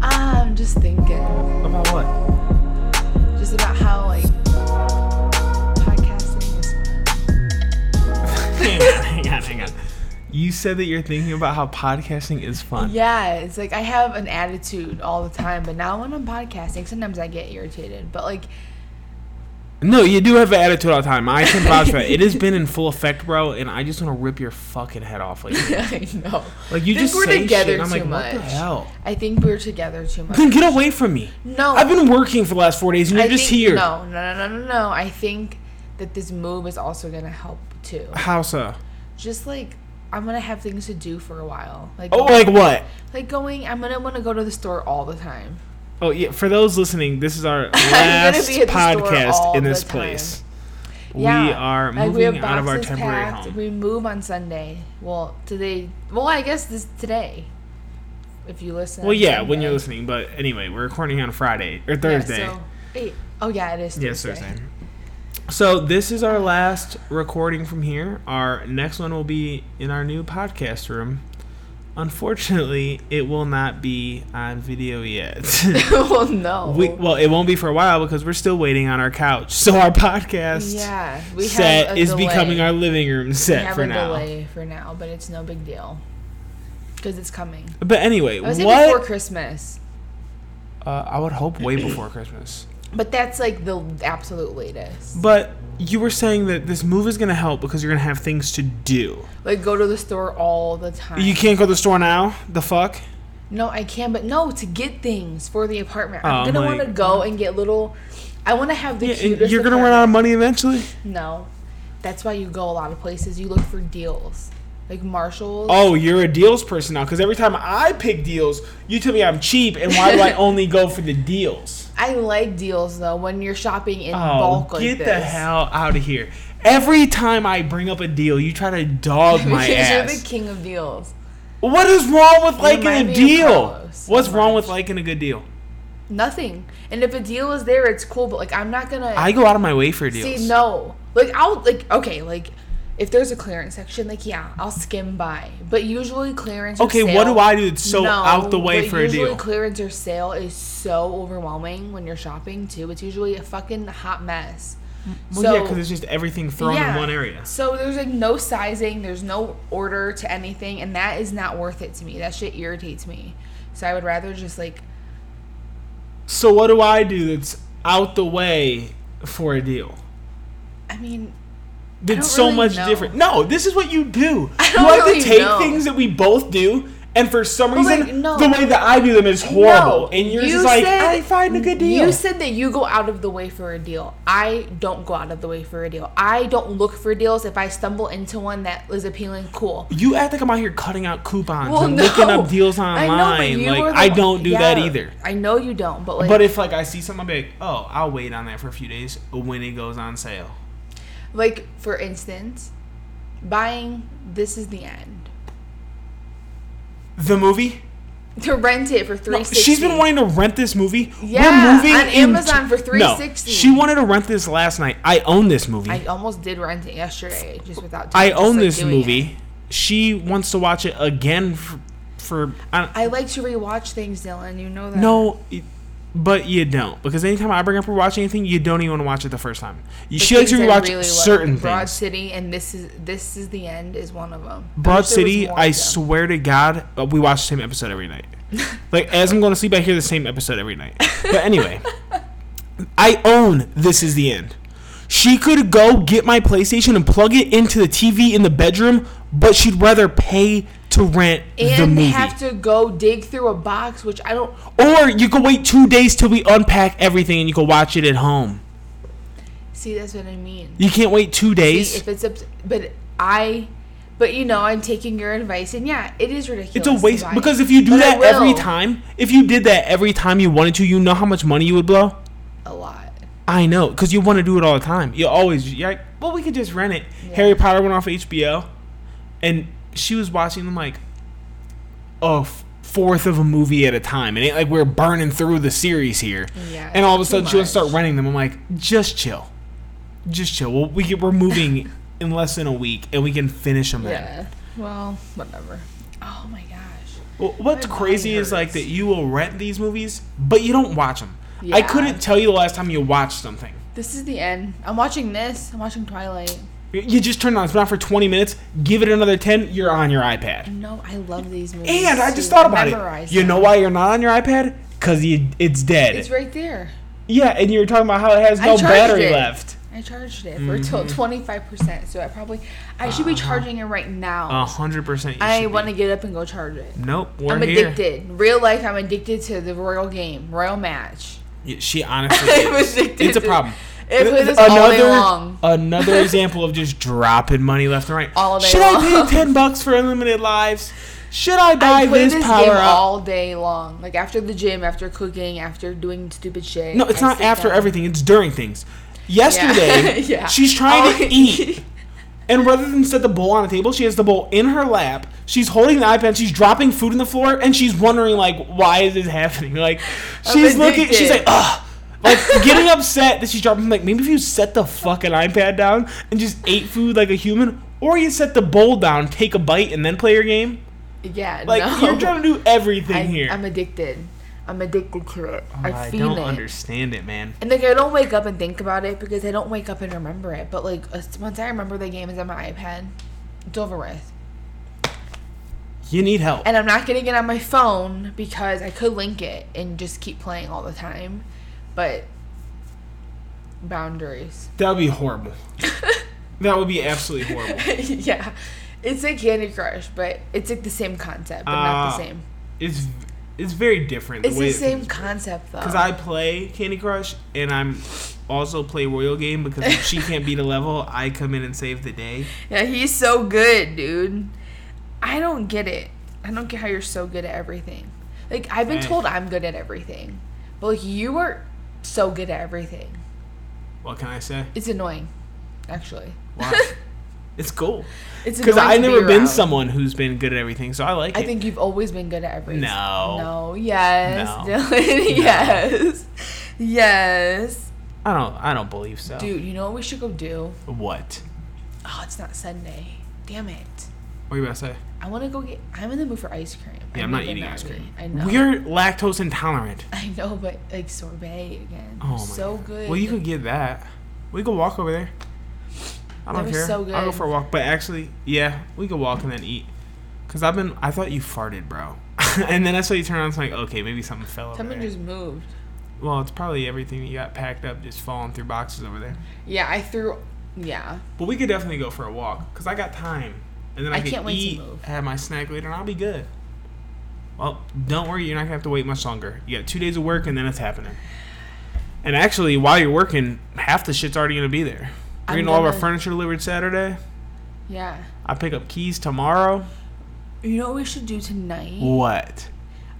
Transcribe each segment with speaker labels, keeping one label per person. Speaker 1: Ah,
Speaker 2: You said that you're thinking about how podcasting is fun.
Speaker 1: Yeah, it's like I have an attitude all the time, but now when I'm podcasting, sometimes I get irritated. But like,
Speaker 2: No, you do have an attitude all the time. I can vouch for that. It has been in full effect, bro, and I just want to rip your fucking head off. Like,
Speaker 1: I know.
Speaker 2: like you
Speaker 1: Think
Speaker 2: just
Speaker 1: we're
Speaker 2: say
Speaker 1: together
Speaker 2: shit. and I'm
Speaker 1: too
Speaker 2: like, what the
Speaker 1: much.
Speaker 2: hell?
Speaker 1: I think we're together too much.
Speaker 2: Then get away from me.
Speaker 1: No,
Speaker 2: I've been working for the last four days, and you're
Speaker 1: I
Speaker 2: just
Speaker 1: think-
Speaker 2: here.
Speaker 1: No, no, no, no, no, no. I think that this move is also gonna help too.
Speaker 2: How so?
Speaker 1: Just like I'm gonna have things to do for a while. Like
Speaker 2: Oh, like what?
Speaker 1: like going. I'm gonna want to go to the store all the time.
Speaker 2: Oh yeah. For those listening, this is our
Speaker 1: gonna
Speaker 2: last
Speaker 1: be at the store all
Speaker 2: podcast in
Speaker 1: the
Speaker 2: this
Speaker 1: time.
Speaker 2: place.
Speaker 1: Yeah,
Speaker 2: We are
Speaker 1: like,
Speaker 2: moving
Speaker 1: we have
Speaker 2: out of our
Speaker 1: boxes
Speaker 2: temporary
Speaker 1: packed.
Speaker 2: home.
Speaker 1: We move on Sunday. Well, today. Well, I guess this today. If you listen.
Speaker 2: well,
Speaker 1: on
Speaker 2: yeah, when you're
Speaker 1: Sunday.
Speaker 2: listening, but anyway, we're recording on Friday or
Speaker 1: Yeah,
Speaker 2: Thursday.
Speaker 1: so- wait, oh yeah, it is Thursday.
Speaker 2: Yes, Thursday. So this is our last recording from here. Our next one will be in our new podcast room. Unfortunately, it will not be on video yet.
Speaker 1: well, no.
Speaker 2: we, well, it won't be for a while because we're still waiting on our couch. So our podcast
Speaker 1: yeah, we have
Speaker 2: set
Speaker 1: a
Speaker 2: is
Speaker 1: delay.
Speaker 2: becoming our living room
Speaker 1: We
Speaker 2: set
Speaker 1: have
Speaker 2: for
Speaker 1: a
Speaker 2: now.
Speaker 1: delay for now, but it's no big deal because it's coming.
Speaker 2: But anyway,
Speaker 1: I would say before
Speaker 2: what?
Speaker 1: Christmas,
Speaker 2: Uh, I would hope way before Christmas.
Speaker 1: but that's like the absolute latest.
Speaker 2: But you were saying that this move is going to help because you're going to have things to do.
Speaker 1: Like go to the store all the time.
Speaker 2: You can't go to the store now. The fuck.
Speaker 1: No, I can, but no, to get things for the apartment.
Speaker 2: Oh,
Speaker 1: I'm gonna
Speaker 2: my-
Speaker 1: want to go and get little. I want to have the
Speaker 2: Yeah, and
Speaker 1: cutest.
Speaker 2: you're gonna run out of money eventually.
Speaker 1: apartment. No, that's why you go a lot of places. You look for deals, like Marshalls.
Speaker 2: Oh, you're a deals person now because every time I pick deals, you tell me I'm cheap, and why do I only go for the deals?
Speaker 1: I like deals though when you're shopping in
Speaker 2: Oh,
Speaker 1: bulk like
Speaker 2: get
Speaker 1: this.
Speaker 2: the hell out of here! Every time I bring up a deal, you try to dog my
Speaker 1: Because
Speaker 2: ass.
Speaker 1: You're the king of deals.
Speaker 2: what is wrong with
Speaker 1: might
Speaker 2: liking a
Speaker 1: be a
Speaker 2: deal?
Speaker 1: pro so
Speaker 2: What's wrong with
Speaker 1: much.
Speaker 2: liking a good deal?
Speaker 1: Nothing. And if a deal is there, it's cool. But like, I'm not gonna
Speaker 2: I go out of my way for deals.
Speaker 1: see. No, like I'll like okay, like if there's a clearance section, like yeah, I'll skim by. But usually clearance. or
Speaker 2: Okay, what
Speaker 1: sale-
Speaker 2: do I do that's so out the way
Speaker 1: but
Speaker 2: for a
Speaker 1: usually
Speaker 2: deal?
Speaker 1: Clearance or sale is so overwhelming when you're shopping too. It's usually a fucking hot mess.
Speaker 2: Mm, well, yeah, because it's just everything thrown in one area.
Speaker 1: So there's like no sizing, there's no order to anything, and that is not worth it to me. That shit irritates me. So I would rather just like
Speaker 2: So what do I do that's out the way for a deal?
Speaker 1: I mean
Speaker 2: did
Speaker 1: don't
Speaker 2: so
Speaker 1: really
Speaker 2: much
Speaker 1: know.
Speaker 2: different. No, this is what you do.
Speaker 1: I
Speaker 2: you
Speaker 1: don't
Speaker 2: have
Speaker 1: really
Speaker 2: to take
Speaker 1: know.
Speaker 2: things that we both do, and for some
Speaker 1: my-
Speaker 2: reason,
Speaker 1: no.
Speaker 2: the way that I do them is horrible.
Speaker 1: No,
Speaker 2: and you're
Speaker 1: you
Speaker 2: just like,
Speaker 1: said-
Speaker 2: I find a good deal.
Speaker 1: You said that you go out of the way for a deal. I don't go out of the way for a deal. I don't look for deals. If I stumble into one that is appealing, cool.
Speaker 2: you act like I'm out here cutting out coupons
Speaker 1: Well,
Speaker 2: and
Speaker 1: no.
Speaker 2: looking up deals
Speaker 1: I know,
Speaker 2: online.
Speaker 1: but you were
Speaker 2: like
Speaker 1: the
Speaker 2: I
Speaker 1: one-
Speaker 2: don't do that
Speaker 1: yeah,
Speaker 2: either.
Speaker 1: I know you don't, but like,
Speaker 2: But if like I see something, I'm like, oh, I'll wait on that for a few days when it goes on sale.
Speaker 1: like for instance, buying this is the end
Speaker 2: The movie.
Speaker 1: to rent it for three
Speaker 2: No,
Speaker 1: sixty.
Speaker 2: she's been wanting to rent this movie.
Speaker 1: Yeah, on
Speaker 2: into-
Speaker 1: Amazon for
Speaker 2: No,
Speaker 1: $3.60.
Speaker 2: she wanted to rent this last night. I own this movie.
Speaker 1: I almost did rent it yesterday, just without.
Speaker 2: I
Speaker 1: just,
Speaker 2: own
Speaker 1: like,
Speaker 2: this
Speaker 1: doing
Speaker 2: movie.
Speaker 1: it.
Speaker 2: She wants to watch it again for. for I,
Speaker 1: I like to rewatch things, Dylan. You know that.
Speaker 2: no, it- but you don't because anytime I bring up rewatch anything, you don't even want to watch it the first time. You she likes to
Speaker 1: things I
Speaker 2: rewatch
Speaker 1: really like.
Speaker 2: certain
Speaker 1: Broad
Speaker 2: things.
Speaker 1: City and this is this is the end is one of them.
Speaker 2: Broad City, I swear to God, uh, we watch the same episode every night. like as I'm going to sleep, I hear the same episode every night. But anyway, I own this is the end. She could go get my PlayStation and plug it into the TV in the bedroom, but she'd rather pay to rent the
Speaker 1: and
Speaker 2: movie.
Speaker 1: have to go dig through a box, which I don't.
Speaker 2: Or you can wait two days till we unpack everything and you can watch it at home.
Speaker 1: See, that's what I mean.
Speaker 2: You can't wait two days.
Speaker 1: if it's a, but I, but you know, I'm taking your advice, and yeah, it is ridiculous.
Speaker 2: it's a
Speaker 1: to
Speaker 2: waste
Speaker 1: buy
Speaker 2: because
Speaker 1: it.
Speaker 2: if you do
Speaker 1: But I
Speaker 2: that every
Speaker 1: will.
Speaker 2: time, if you did that every time you wanted to, you know how much money you would blow.
Speaker 1: a lot.
Speaker 2: I know because you want to do it all the time. You always you're like, well, we could just rent it. Harry Potter went off HBO, and she was watching them like a f- fourth of a movie at a time, and it like we're burning through the series here.
Speaker 1: Yeah,
Speaker 2: and all of a
Speaker 1: it's
Speaker 2: sudden
Speaker 1: too
Speaker 2: she wants to start
Speaker 1: much.
Speaker 2: renting them. I'm like, just chill, just chill. Well, we get, we're moving in less than a week, and we can finish them. Then.
Speaker 1: Yeah. Well, whatever. Oh my gosh.
Speaker 2: Well, what's
Speaker 1: My body
Speaker 2: crazy is like
Speaker 1: hurts.
Speaker 2: that you will rent these movies, but you don't watch them. I
Speaker 1: Yeah.
Speaker 2: couldn't tell you the last time you watched something.
Speaker 1: This is the end. I'm watching this. I'm watching Twilight.
Speaker 2: You just turn it on. It's been on for 20 minutes. Give it another 10. You're on your iPad.
Speaker 1: No, I love these movies.
Speaker 2: And I just
Speaker 1: too.
Speaker 2: thought about it.
Speaker 1: Memorize
Speaker 2: You
Speaker 1: them.
Speaker 2: know why you're not on your iPad? Because it's dead.
Speaker 1: It's right there.
Speaker 2: yeah, and you were talking about how it has
Speaker 1: I
Speaker 2: no
Speaker 1: charged
Speaker 2: battery
Speaker 1: it.
Speaker 2: left.
Speaker 1: I charged it for till
Speaker 2: Mm-hmm.
Speaker 1: 25%, so I probably I should be charging it right now.
Speaker 2: 100%. Uh-huh. Oh, You
Speaker 1: I
Speaker 2: should be.
Speaker 1: want to get up and go charge it.
Speaker 2: Nope, we're
Speaker 1: I'm
Speaker 2: here.
Speaker 1: addicted. Real life, I'm addicted to the royal game, royal match.
Speaker 2: Yeah, She honestly.
Speaker 1: I'm
Speaker 2: is.
Speaker 1: addicted
Speaker 2: it's a
Speaker 1: to-
Speaker 2: problem.
Speaker 1: It
Speaker 2: Th-
Speaker 1: plays
Speaker 2: th-
Speaker 1: this all day long.
Speaker 2: Another example of just dropping money left and right.
Speaker 1: All day
Speaker 2: Should I
Speaker 1: long.
Speaker 2: pay ten bucks for unlimited lives? Should I buy
Speaker 1: I play
Speaker 2: this,
Speaker 1: this game
Speaker 2: power up?
Speaker 1: all day long. Like after the gym, after cooking, after doing stupid shit.
Speaker 2: no, it's
Speaker 1: I
Speaker 2: not
Speaker 1: sit
Speaker 2: after
Speaker 1: down.
Speaker 2: everything. It's during things. Yesterday,
Speaker 1: Yeah.
Speaker 2: she's trying to
Speaker 1: Oh.
Speaker 2: eat, and rather than set the bowl on the table, she has the bowl in her lap. She's holding the iPad. She's dropping food on the floor, and she's wondering like, why is this happening? Like, she's looking. She's
Speaker 1: addicted.
Speaker 2: like, ugh. Like getting upset that she's dropping. Like maybe if you set the fucking iPad down and just ate food like a human, or you set the bowl down, take a bite, and then play your game.
Speaker 1: Yeah,
Speaker 2: Like
Speaker 1: no.
Speaker 2: you're trying to do everything
Speaker 1: I,
Speaker 2: here. Oh,
Speaker 1: I'm addicted. I'm addicted to it. I
Speaker 2: I
Speaker 1: feel
Speaker 2: don't
Speaker 1: it.
Speaker 2: understand it, man.
Speaker 1: And like I don't wake up and think about it because I don't wake up and remember it. But like as- once I remember the game is on my iPad, it's over with.
Speaker 2: You need help.
Speaker 1: And I'm not getting it on my phone because I could link it and just keep playing all the time. But boundaries.
Speaker 2: That would be horrible. that would be absolutely horrible.
Speaker 1: yeah. It's like Candy Crush, but it's like the same concept, but not
Speaker 2: Ah.
Speaker 1: the same.
Speaker 2: It's it's very different.
Speaker 1: It's the same concept though.
Speaker 2: because I play Candy Crush and I'm also play Royal Game because if she can't beat a level, I come in and save the day.
Speaker 1: Yeah, he's so good, dude. I don't get it. I don't get how you're so good at everything. Like I've been
Speaker 2: Hey.
Speaker 1: told I'm good at everything, but like you are so good at everything.
Speaker 2: What can I say?
Speaker 1: It's annoying, actually.
Speaker 2: Wow. it's cool
Speaker 1: It's
Speaker 2: because
Speaker 1: annoying
Speaker 2: I've
Speaker 1: to be
Speaker 2: never been
Speaker 1: around.
Speaker 2: someone who's been good at everything, so I like
Speaker 1: I
Speaker 2: it.
Speaker 1: think you've always been good at everything.
Speaker 2: No.
Speaker 1: No. Yes.
Speaker 2: No.
Speaker 1: Dylan. Yes. Yes.
Speaker 2: I don't. I don't believe so.
Speaker 1: Dude, you know what we should go do?
Speaker 2: What?
Speaker 1: Oh, it's not Sunday. Damn it.
Speaker 2: What are you about to say?
Speaker 1: I want to go get. I'm in the mood for ice cream.
Speaker 2: Yeah, I'm
Speaker 1: need
Speaker 2: not
Speaker 1: the
Speaker 2: eating ice
Speaker 1: Maggi.
Speaker 2: cream.
Speaker 1: I know.
Speaker 2: We're lactose intolerant.
Speaker 1: I know, but like sorbet again.
Speaker 2: Oh my
Speaker 1: so
Speaker 2: God.
Speaker 1: good.
Speaker 2: Well, you could get that. We could walk over there. I
Speaker 1: That
Speaker 2: don't
Speaker 1: was
Speaker 2: care.
Speaker 1: so
Speaker 2: I'll go
Speaker 1: good.
Speaker 2: for a walk. But actually, yeah, we could walk and then eat. Cause I've been, I thought you farted, bro. and then I saw you turn on. It's like, okay, maybe something fell over
Speaker 1: Someone
Speaker 2: there.
Speaker 1: just moved.
Speaker 2: Well, it's probably everything you got packed up just falling through boxes over there.
Speaker 1: Yeah, I threw. Yeah,
Speaker 2: But we could definitely go for a walk. Cause I got time, and then I,
Speaker 1: I
Speaker 2: can
Speaker 1: can't wait to
Speaker 2: eat,
Speaker 1: move.
Speaker 2: have my snack later, and I'll be good. Well, don't worry, you're not gonna have to wait much longer. You got two days of work, and then it's happening. And actually, while you're working, half the shit's already gonna be there. We're
Speaker 1: I'm
Speaker 2: getting all of our
Speaker 1: gonna-
Speaker 2: furniture delivered Saturday.
Speaker 1: yeah.
Speaker 2: I pick up keys tomorrow.
Speaker 1: You know what we should do tonight,
Speaker 2: What?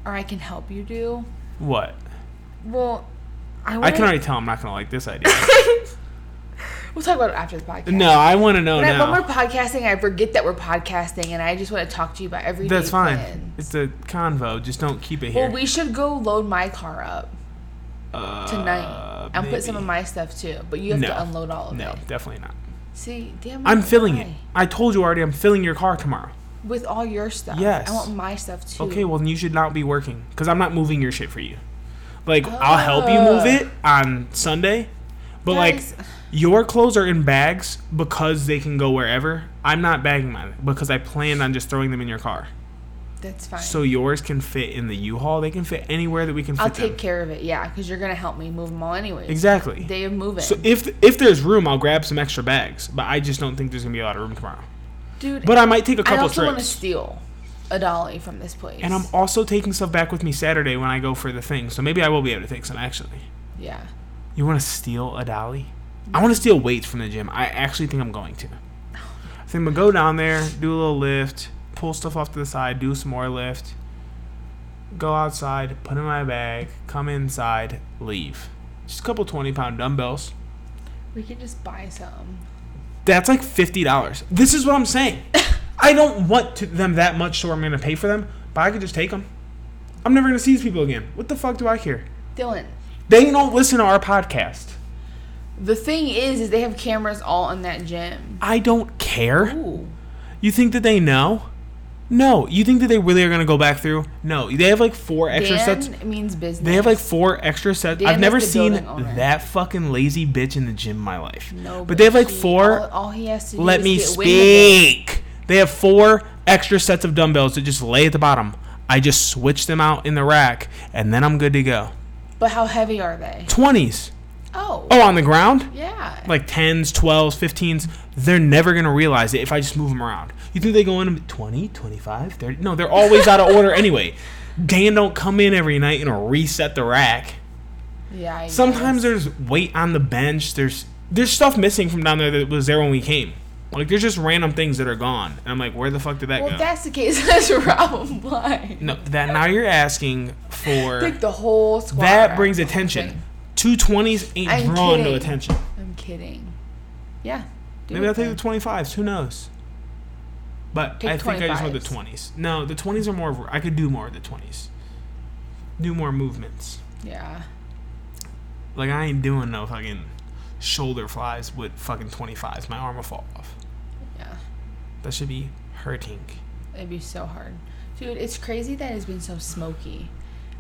Speaker 1: or I can help you do.
Speaker 2: What?
Speaker 1: Well, I
Speaker 2: I
Speaker 1: want.
Speaker 2: can already tell I'm not gonna like this idea.
Speaker 1: We'll talk about it after the podcast.
Speaker 2: no, I want to know
Speaker 1: When, I,
Speaker 2: now.
Speaker 1: when we're podcasting, I forget that we're podcasting, and I just want to talk to you about everything.
Speaker 2: That's fine. It's a convo. Just don't keep it here.
Speaker 1: Well, we should go load my car up
Speaker 2: uh,
Speaker 1: tonight. I'll put some of
Speaker 2: maybe.
Speaker 1: my stuff too, but you have
Speaker 2: No.
Speaker 1: to unload all of
Speaker 2: No,
Speaker 1: it.
Speaker 2: definitely not.
Speaker 1: See, damn. it,
Speaker 2: I'm filling it.
Speaker 1: why?
Speaker 2: I told you already. I'm filling your car tomorrow.
Speaker 1: with all your stuff.
Speaker 2: Yes.
Speaker 1: I want my stuff too.
Speaker 2: Okay, well then you should not be working because I'm not moving your shit for you. Like I'll help you move it on Sunday, but
Speaker 1: Oh. Guys.
Speaker 2: like your clothes are in bags because they can go wherever. I'm not bagging mine because I plan on just throwing them in your car.
Speaker 1: that's fine.
Speaker 2: So yours can fit in the U-Haul. They can fit anywhere that we can fit
Speaker 1: I'll
Speaker 2: them.
Speaker 1: take care of it, yeah, because you're gonna help me move them all anyways.
Speaker 2: exactly.
Speaker 1: Day of moving,
Speaker 2: so if if there's room, I'll grab some extra bags. But I just don't think there's gonna be a lot of room tomorrow.
Speaker 1: dude.
Speaker 2: But I might take a
Speaker 1: I
Speaker 2: couple
Speaker 1: also want to
Speaker 2: trips.
Speaker 1: steal a dolly from this place.
Speaker 2: And I'm also taking stuff back with me Saturday when I go for the thing. So maybe I will be able to take some actually.
Speaker 1: yeah.
Speaker 2: You want to steal a dolly? I want to steal weights from the gym. I actually think I'm going to. I think I'm gonna go down there, do a little lift, pull stuff off to the side, do some more lift, go outside, put in my bag, come inside, leave. Just a couple twenty pound dumbbells.
Speaker 1: We can just buy some.
Speaker 2: That's like fifty dollars. This is what I'm saying. I don't want to them that much, so I'm gonna pay for them. But I could just take them. I'm never gonna see these people again. What the fuck do I care?
Speaker 1: Dylan,
Speaker 2: They don't listen to our podcast.
Speaker 1: the thing is, is they have cameras all in that gym.
Speaker 2: I don't care.
Speaker 1: Ooh,
Speaker 2: You think that they know? No, you think that they really are gonna go back through? No, they have like four extra
Speaker 1: Dan
Speaker 2: sets.
Speaker 1: means business.
Speaker 2: They have like four extra sets.
Speaker 1: Dan
Speaker 2: I've
Speaker 1: is
Speaker 2: never
Speaker 1: the
Speaker 2: seen
Speaker 1: building owner.
Speaker 2: that fucking lazy bitch in the gym in my life.
Speaker 1: no,
Speaker 2: but they have like
Speaker 1: he-
Speaker 2: four.
Speaker 1: All, all he has to do
Speaker 2: let
Speaker 1: is
Speaker 2: me
Speaker 1: get wind of it.
Speaker 2: speak. They have four extra sets of dumbbells that just lay at the bottom. I just switch them out in the rack, and then I'm good to go.
Speaker 1: But how heavy are they?
Speaker 2: Twenties.
Speaker 1: Oh,
Speaker 2: Oh, on the ground?
Speaker 1: yeah.
Speaker 2: Like tens, twelves, fifteens. They're never gonna realize it if I just move them around. You think they go in 20, 25, 30? No, they're always out of order anyway. Dan don't come in every night and reset the rack.
Speaker 1: yeah. I
Speaker 2: Sometimes
Speaker 1: guess.
Speaker 2: there's weight on the bench. There's there's stuff missing from down there that was there when we came. Like there's just random things that are gone, and I'm like, where the fuck did that
Speaker 1: Well,
Speaker 2: go?
Speaker 1: if that's the case, that's Robin Blind.
Speaker 2: no, that now you're asking for
Speaker 1: Pick the whole squad.
Speaker 2: that
Speaker 1: out.
Speaker 2: brings attention. Two twenties ain't
Speaker 1: I'm
Speaker 2: drawn
Speaker 1: kidding.
Speaker 2: no attention.
Speaker 1: I'm kidding. Yeah. do
Speaker 2: Maybe
Speaker 1: it
Speaker 2: I'll take the
Speaker 1: then.
Speaker 2: twenty fives. Who knows? But
Speaker 1: Take
Speaker 2: I think I just want the
Speaker 1: 25s.
Speaker 2: twenties. No, the twenties are more. of- I could do more of the twenties. Do more movements.
Speaker 1: Yeah.
Speaker 2: Like I ain't doing no fucking shoulder flies with fucking twenty fives. My arm will fall off.
Speaker 1: Yeah.
Speaker 2: That should be hurting.
Speaker 1: It'd be so hard. Dude, it's crazy that it's been so smoky.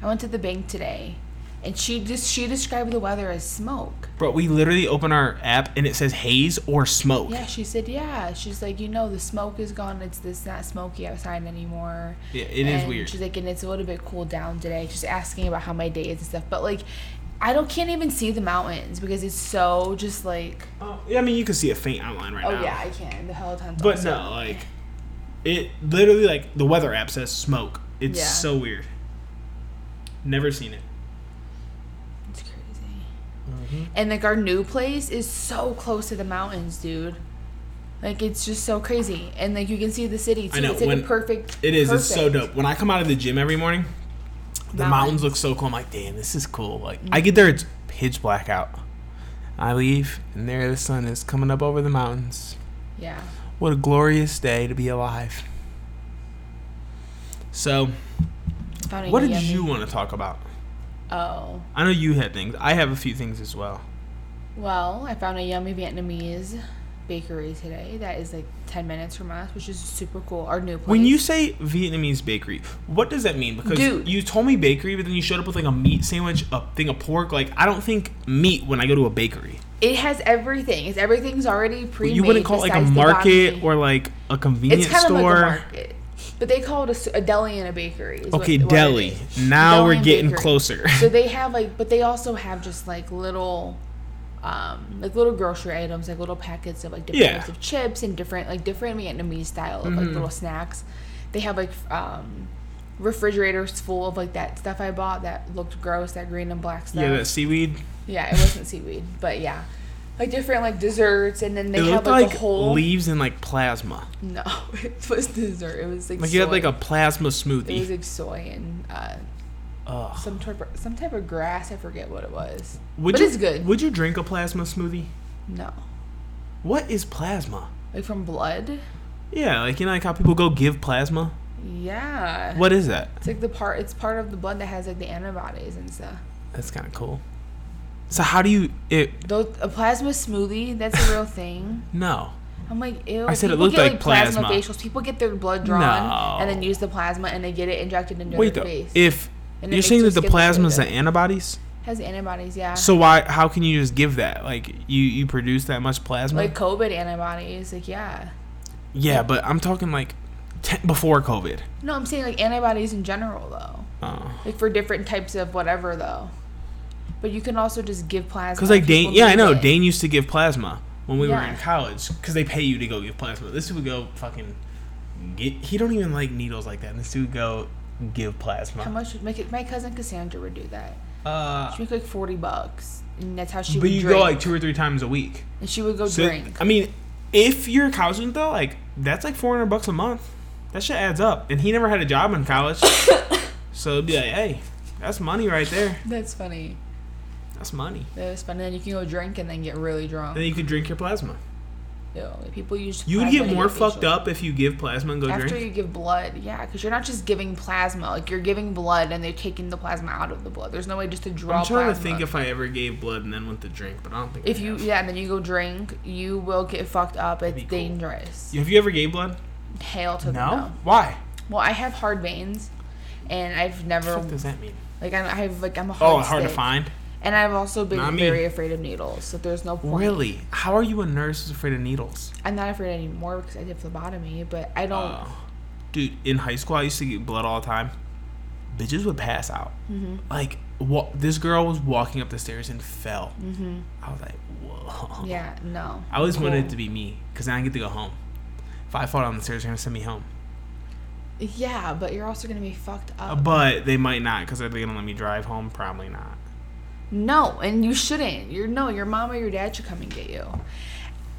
Speaker 1: I went to the bank today and she just she described the weather as smoke.
Speaker 2: Bro, we literally open our app and it says haze or smoke.
Speaker 1: Yeah, she said, yeah. She's like, you know, the smoke is gone. It's this not smoky outside anymore.
Speaker 2: Yeah, it is
Speaker 1: And
Speaker 2: weird.
Speaker 1: She's like, and it's a little bit cooled down today. Just asking about how my day is and stuff. But like, I don't can't even see the mountains because it's so just like.
Speaker 2: Oh, yeah, I mean, you can see a faint outline right
Speaker 1: Oh
Speaker 2: now.
Speaker 1: yeah, I can. The Peloton's
Speaker 2: But
Speaker 1: also-
Speaker 2: no, like, it literally, like, the weather app says smoke. It's
Speaker 1: Yeah.
Speaker 2: so weird. Never seen it.
Speaker 1: It's crazy.
Speaker 2: Mm-hmm.
Speaker 1: And like our new place is so close to the mountains, dude. Like it's just so crazy, and like you can see the city too.
Speaker 2: know,
Speaker 1: it's like
Speaker 2: when-
Speaker 1: a perfect.
Speaker 2: It is. It's so
Speaker 1: perfect.
Speaker 2: dope. When I come out of the gym every morning, the
Speaker 1: Mountains. Mm.
Speaker 2: mountains look so cool. I'm like, damn, this is cool. Like, I get there, it's pitch black out. I leave, and there the sun is coming up over the mountains.
Speaker 1: Yeah.
Speaker 2: What a glorious day to be alive. So,
Speaker 1: Found it
Speaker 2: what did
Speaker 1: yummy.
Speaker 2: you want to talk about?
Speaker 1: Oh
Speaker 2: I know you had things. I have a few things as well.
Speaker 1: well, I found a yummy Vietnamese bakery today that is like ten minutes from us, which is super cool. Our new place.
Speaker 2: When you say Vietnamese bakery, what does that mean? Because
Speaker 1: Dude.
Speaker 2: you told me bakery, but then you showed up with like a meat sandwich, a thing of pork. Like I don't think meat when I go to a bakery.
Speaker 1: it has everything. It's everything's already pre-made.
Speaker 2: you wouldn't call it like a
Speaker 1: besides the
Speaker 2: market
Speaker 1: banh mi.
Speaker 2: or like a convenience
Speaker 1: It's kind of
Speaker 2: store.
Speaker 1: like a market, but they call it a s- a, deli and a bakery. is what-
Speaker 2: okay,
Speaker 1: what it
Speaker 2: deli.
Speaker 1: is.
Speaker 2: Now
Speaker 1: Deli
Speaker 2: we're
Speaker 1: and
Speaker 2: getting
Speaker 1: bakery.
Speaker 2: closer.
Speaker 1: So they have like, but they also have just like little, um, like little grocery items, like little packets of like different
Speaker 2: Yeah. Mm-hmm.
Speaker 1: types of chips and different like different Vietnamese style of like little snacks. They have like f- um, refrigerators full of like that stuff I bought that looked gross, that green and black stuff.
Speaker 2: yeah, that seaweed.
Speaker 1: Yeah, it wasn't seaweed, but yeah, like different like desserts, and then they
Speaker 2: It
Speaker 1: have
Speaker 2: looked
Speaker 1: like,
Speaker 2: like
Speaker 1: a whole.
Speaker 2: leaves and like plasma.
Speaker 1: no, it was dessert. It was like
Speaker 2: Like you had
Speaker 1: soy.
Speaker 2: like a plasma
Speaker 1: It was
Speaker 2: smoothie.
Speaker 1: like soy and uh,
Speaker 2: Ugh.
Speaker 1: some type of, some type of grass. I forget what it was.
Speaker 2: Oh. Would
Speaker 1: but
Speaker 2: you,
Speaker 1: it's good.
Speaker 2: Would you drink a plasma smoothie?
Speaker 1: No.
Speaker 2: What is plasma?
Speaker 1: Like from blood?
Speaker 2: Yeah, like you know, like how people go give plasma.
Speaker 1: Yeah.
Speaker 2: What is that?
Speaker 1: It's like the part it's part of the blood that has like the antibodies and stuff.
Speaker 2: That's kind of cool. So how do you it?
Speaker 1: Those a plasma smoothie, that's a real thing.
Speaker 2: No,
Speaker 1: I'm like, ew.
Speaker 2: I said it
Speaker 1: people
Speaker 2: looked
Speaker 1: get,
Speaker 2: like plasma.
Speaker 1: facials. People get their blood drawn and then
Speaker 2: No.
Speaker 1: use the plasma and they get it injected into
Speaker 2: wait
Speaker 1: their
Speaker 2: though.
Speaker 1: face.
Speaker 2: If
Speaker 1: And it
Speaker 2: you're
Speaker 1: makes
Speaker 2: saying
Speaker 1: your
Speaker 2: that the
Speaker 1: skin look
Speaker 2: plasma is the
Speaker 1: really
Speaker 2: antibodies,
Speaker 1: has antibodies, yeah.
Speaker 2: so why? How can you just give that? Like you you produce that much plasma?
Speaker 1: like COVID antibodies, like yeah.
Speaker 2: yeah, but I'm talking like ten, before COVID. Uh,
Speaker 1: No, I'm saying like antibodies in general though.
Speaker 2: Because
Speaker 1: Like for different types of whatever though. But you can also just give plasma.
Speaker 2: like
Speaker 1: if
Speaker 2: Dane,
Speaker 1: people
Speaker 2: yeah, I
Speaker 1: need
Speaker 2: know
Speaker 1: it.
Speaker 2: Dane used to give plasma when we were
Speaker 1: Yeah.
Speaker 2: in college because they pay you to go give plasma. This would go fucking get. He don't even like needles like that. This dude go give plasma.
Speaker 1: How much? My, my cousin Cassandra would do that.
Speaker 2: Uh,
Speaker 1: She make like forty bucks, and that's how she.
Speaker 2: but
Speaker 1: would
Speaker 2: you
Speaker 1: drink.
Speaker 2: go like two or three times a week.
Speaker 1: and she would go
Speaker 2: So,
Speaker 1: drink.
Speaker 2: I mean, if you're a college student though, like that's like four hundred bucks a month. That shit adds up. And he never had a job in college, so it'd be like, hey, that's money right there.
Speaker 1: That's funny.
Speaker 2: That's money.
Speaker 1: That was funny. Then you can go drink and then get really drunk.
Speaker 2: Then you could drink your plasma.
Speaker 1: Ew, like, people use.
Speaker 2: You would
Speaker 1: plasma
Speaker 2: get
Speaker 1: to
Speaker 2: more
Speaker 1: facials.
Speaker 2: fucked up if you give plasma and go
Speaker 1: After
Speaker 2: drink.
Speaker 1: you give blood, yeah, because you're not just giving plasma. Like you're giving blood, and they're taking the plasma out of the blood. There's no way just to draw.
Speaker 2: I'm trying
Speaker 1: plasma.
Speaker 2: to think if I ever gave blood and then went to drink, but I don't think.
Speaker 1: If
Speaker 2: I
Speaker 1: you
Speaker 2: have.
Speaker 1: yeah, and then you go drink, you will get fucked up. It's
Speaker 2: be cool.
Speaker 1: dangerous.
Speaker 2: have you ever gave blood?
Speaker 1: Hail to the
Speaker 2: No.
Speaker 1: no.
Speaker 2: Why?
Speaker 1: Well, I have hard veins, and I've never
Speaker 2: What does that mean?
Speaker 1: like I'm, I have like I'm a hard.
Speaker 2: Oh, hard to
Speaker 1: stick.
Speaker 2: find.
Speaker 1: And I've also been
Speaker 2: Not me.
Speaker 1: very afraid of needles, so there's no point.
Speaker 2: Really? How are you a nurse who's afraid of needles?
Speaker 1: I'm not afraid anymore because I did phlebotomy, but I don't.
Speaker 2: Oh. Dude, in high school, I used to get blood all the time. Bitches would pass out.
Speaker 1: Mm-hmm.
Speaker 2: Like, wa- this girl was walking up the stairs and fell.
Speaker 1: hmm
Speaker 2: I was like, whoa.
Speaker 1: Yeah, no.
Speaker 2: I always wanted it
Speaker 1: Cool.
Speaker 2: to be me because I get to go home. If I fall down the stairs, they're gonna send me home.
Speaker 1: Yeah, but you're also gonna be fucked
Speaker 2: Uh,
Speaker 1: up.
Speaker 2: But they might not because are they gonna let me drive home? Probably not.
Speaker 1: No, and you shouldn't. You're no, your mom or your dad should come and get you.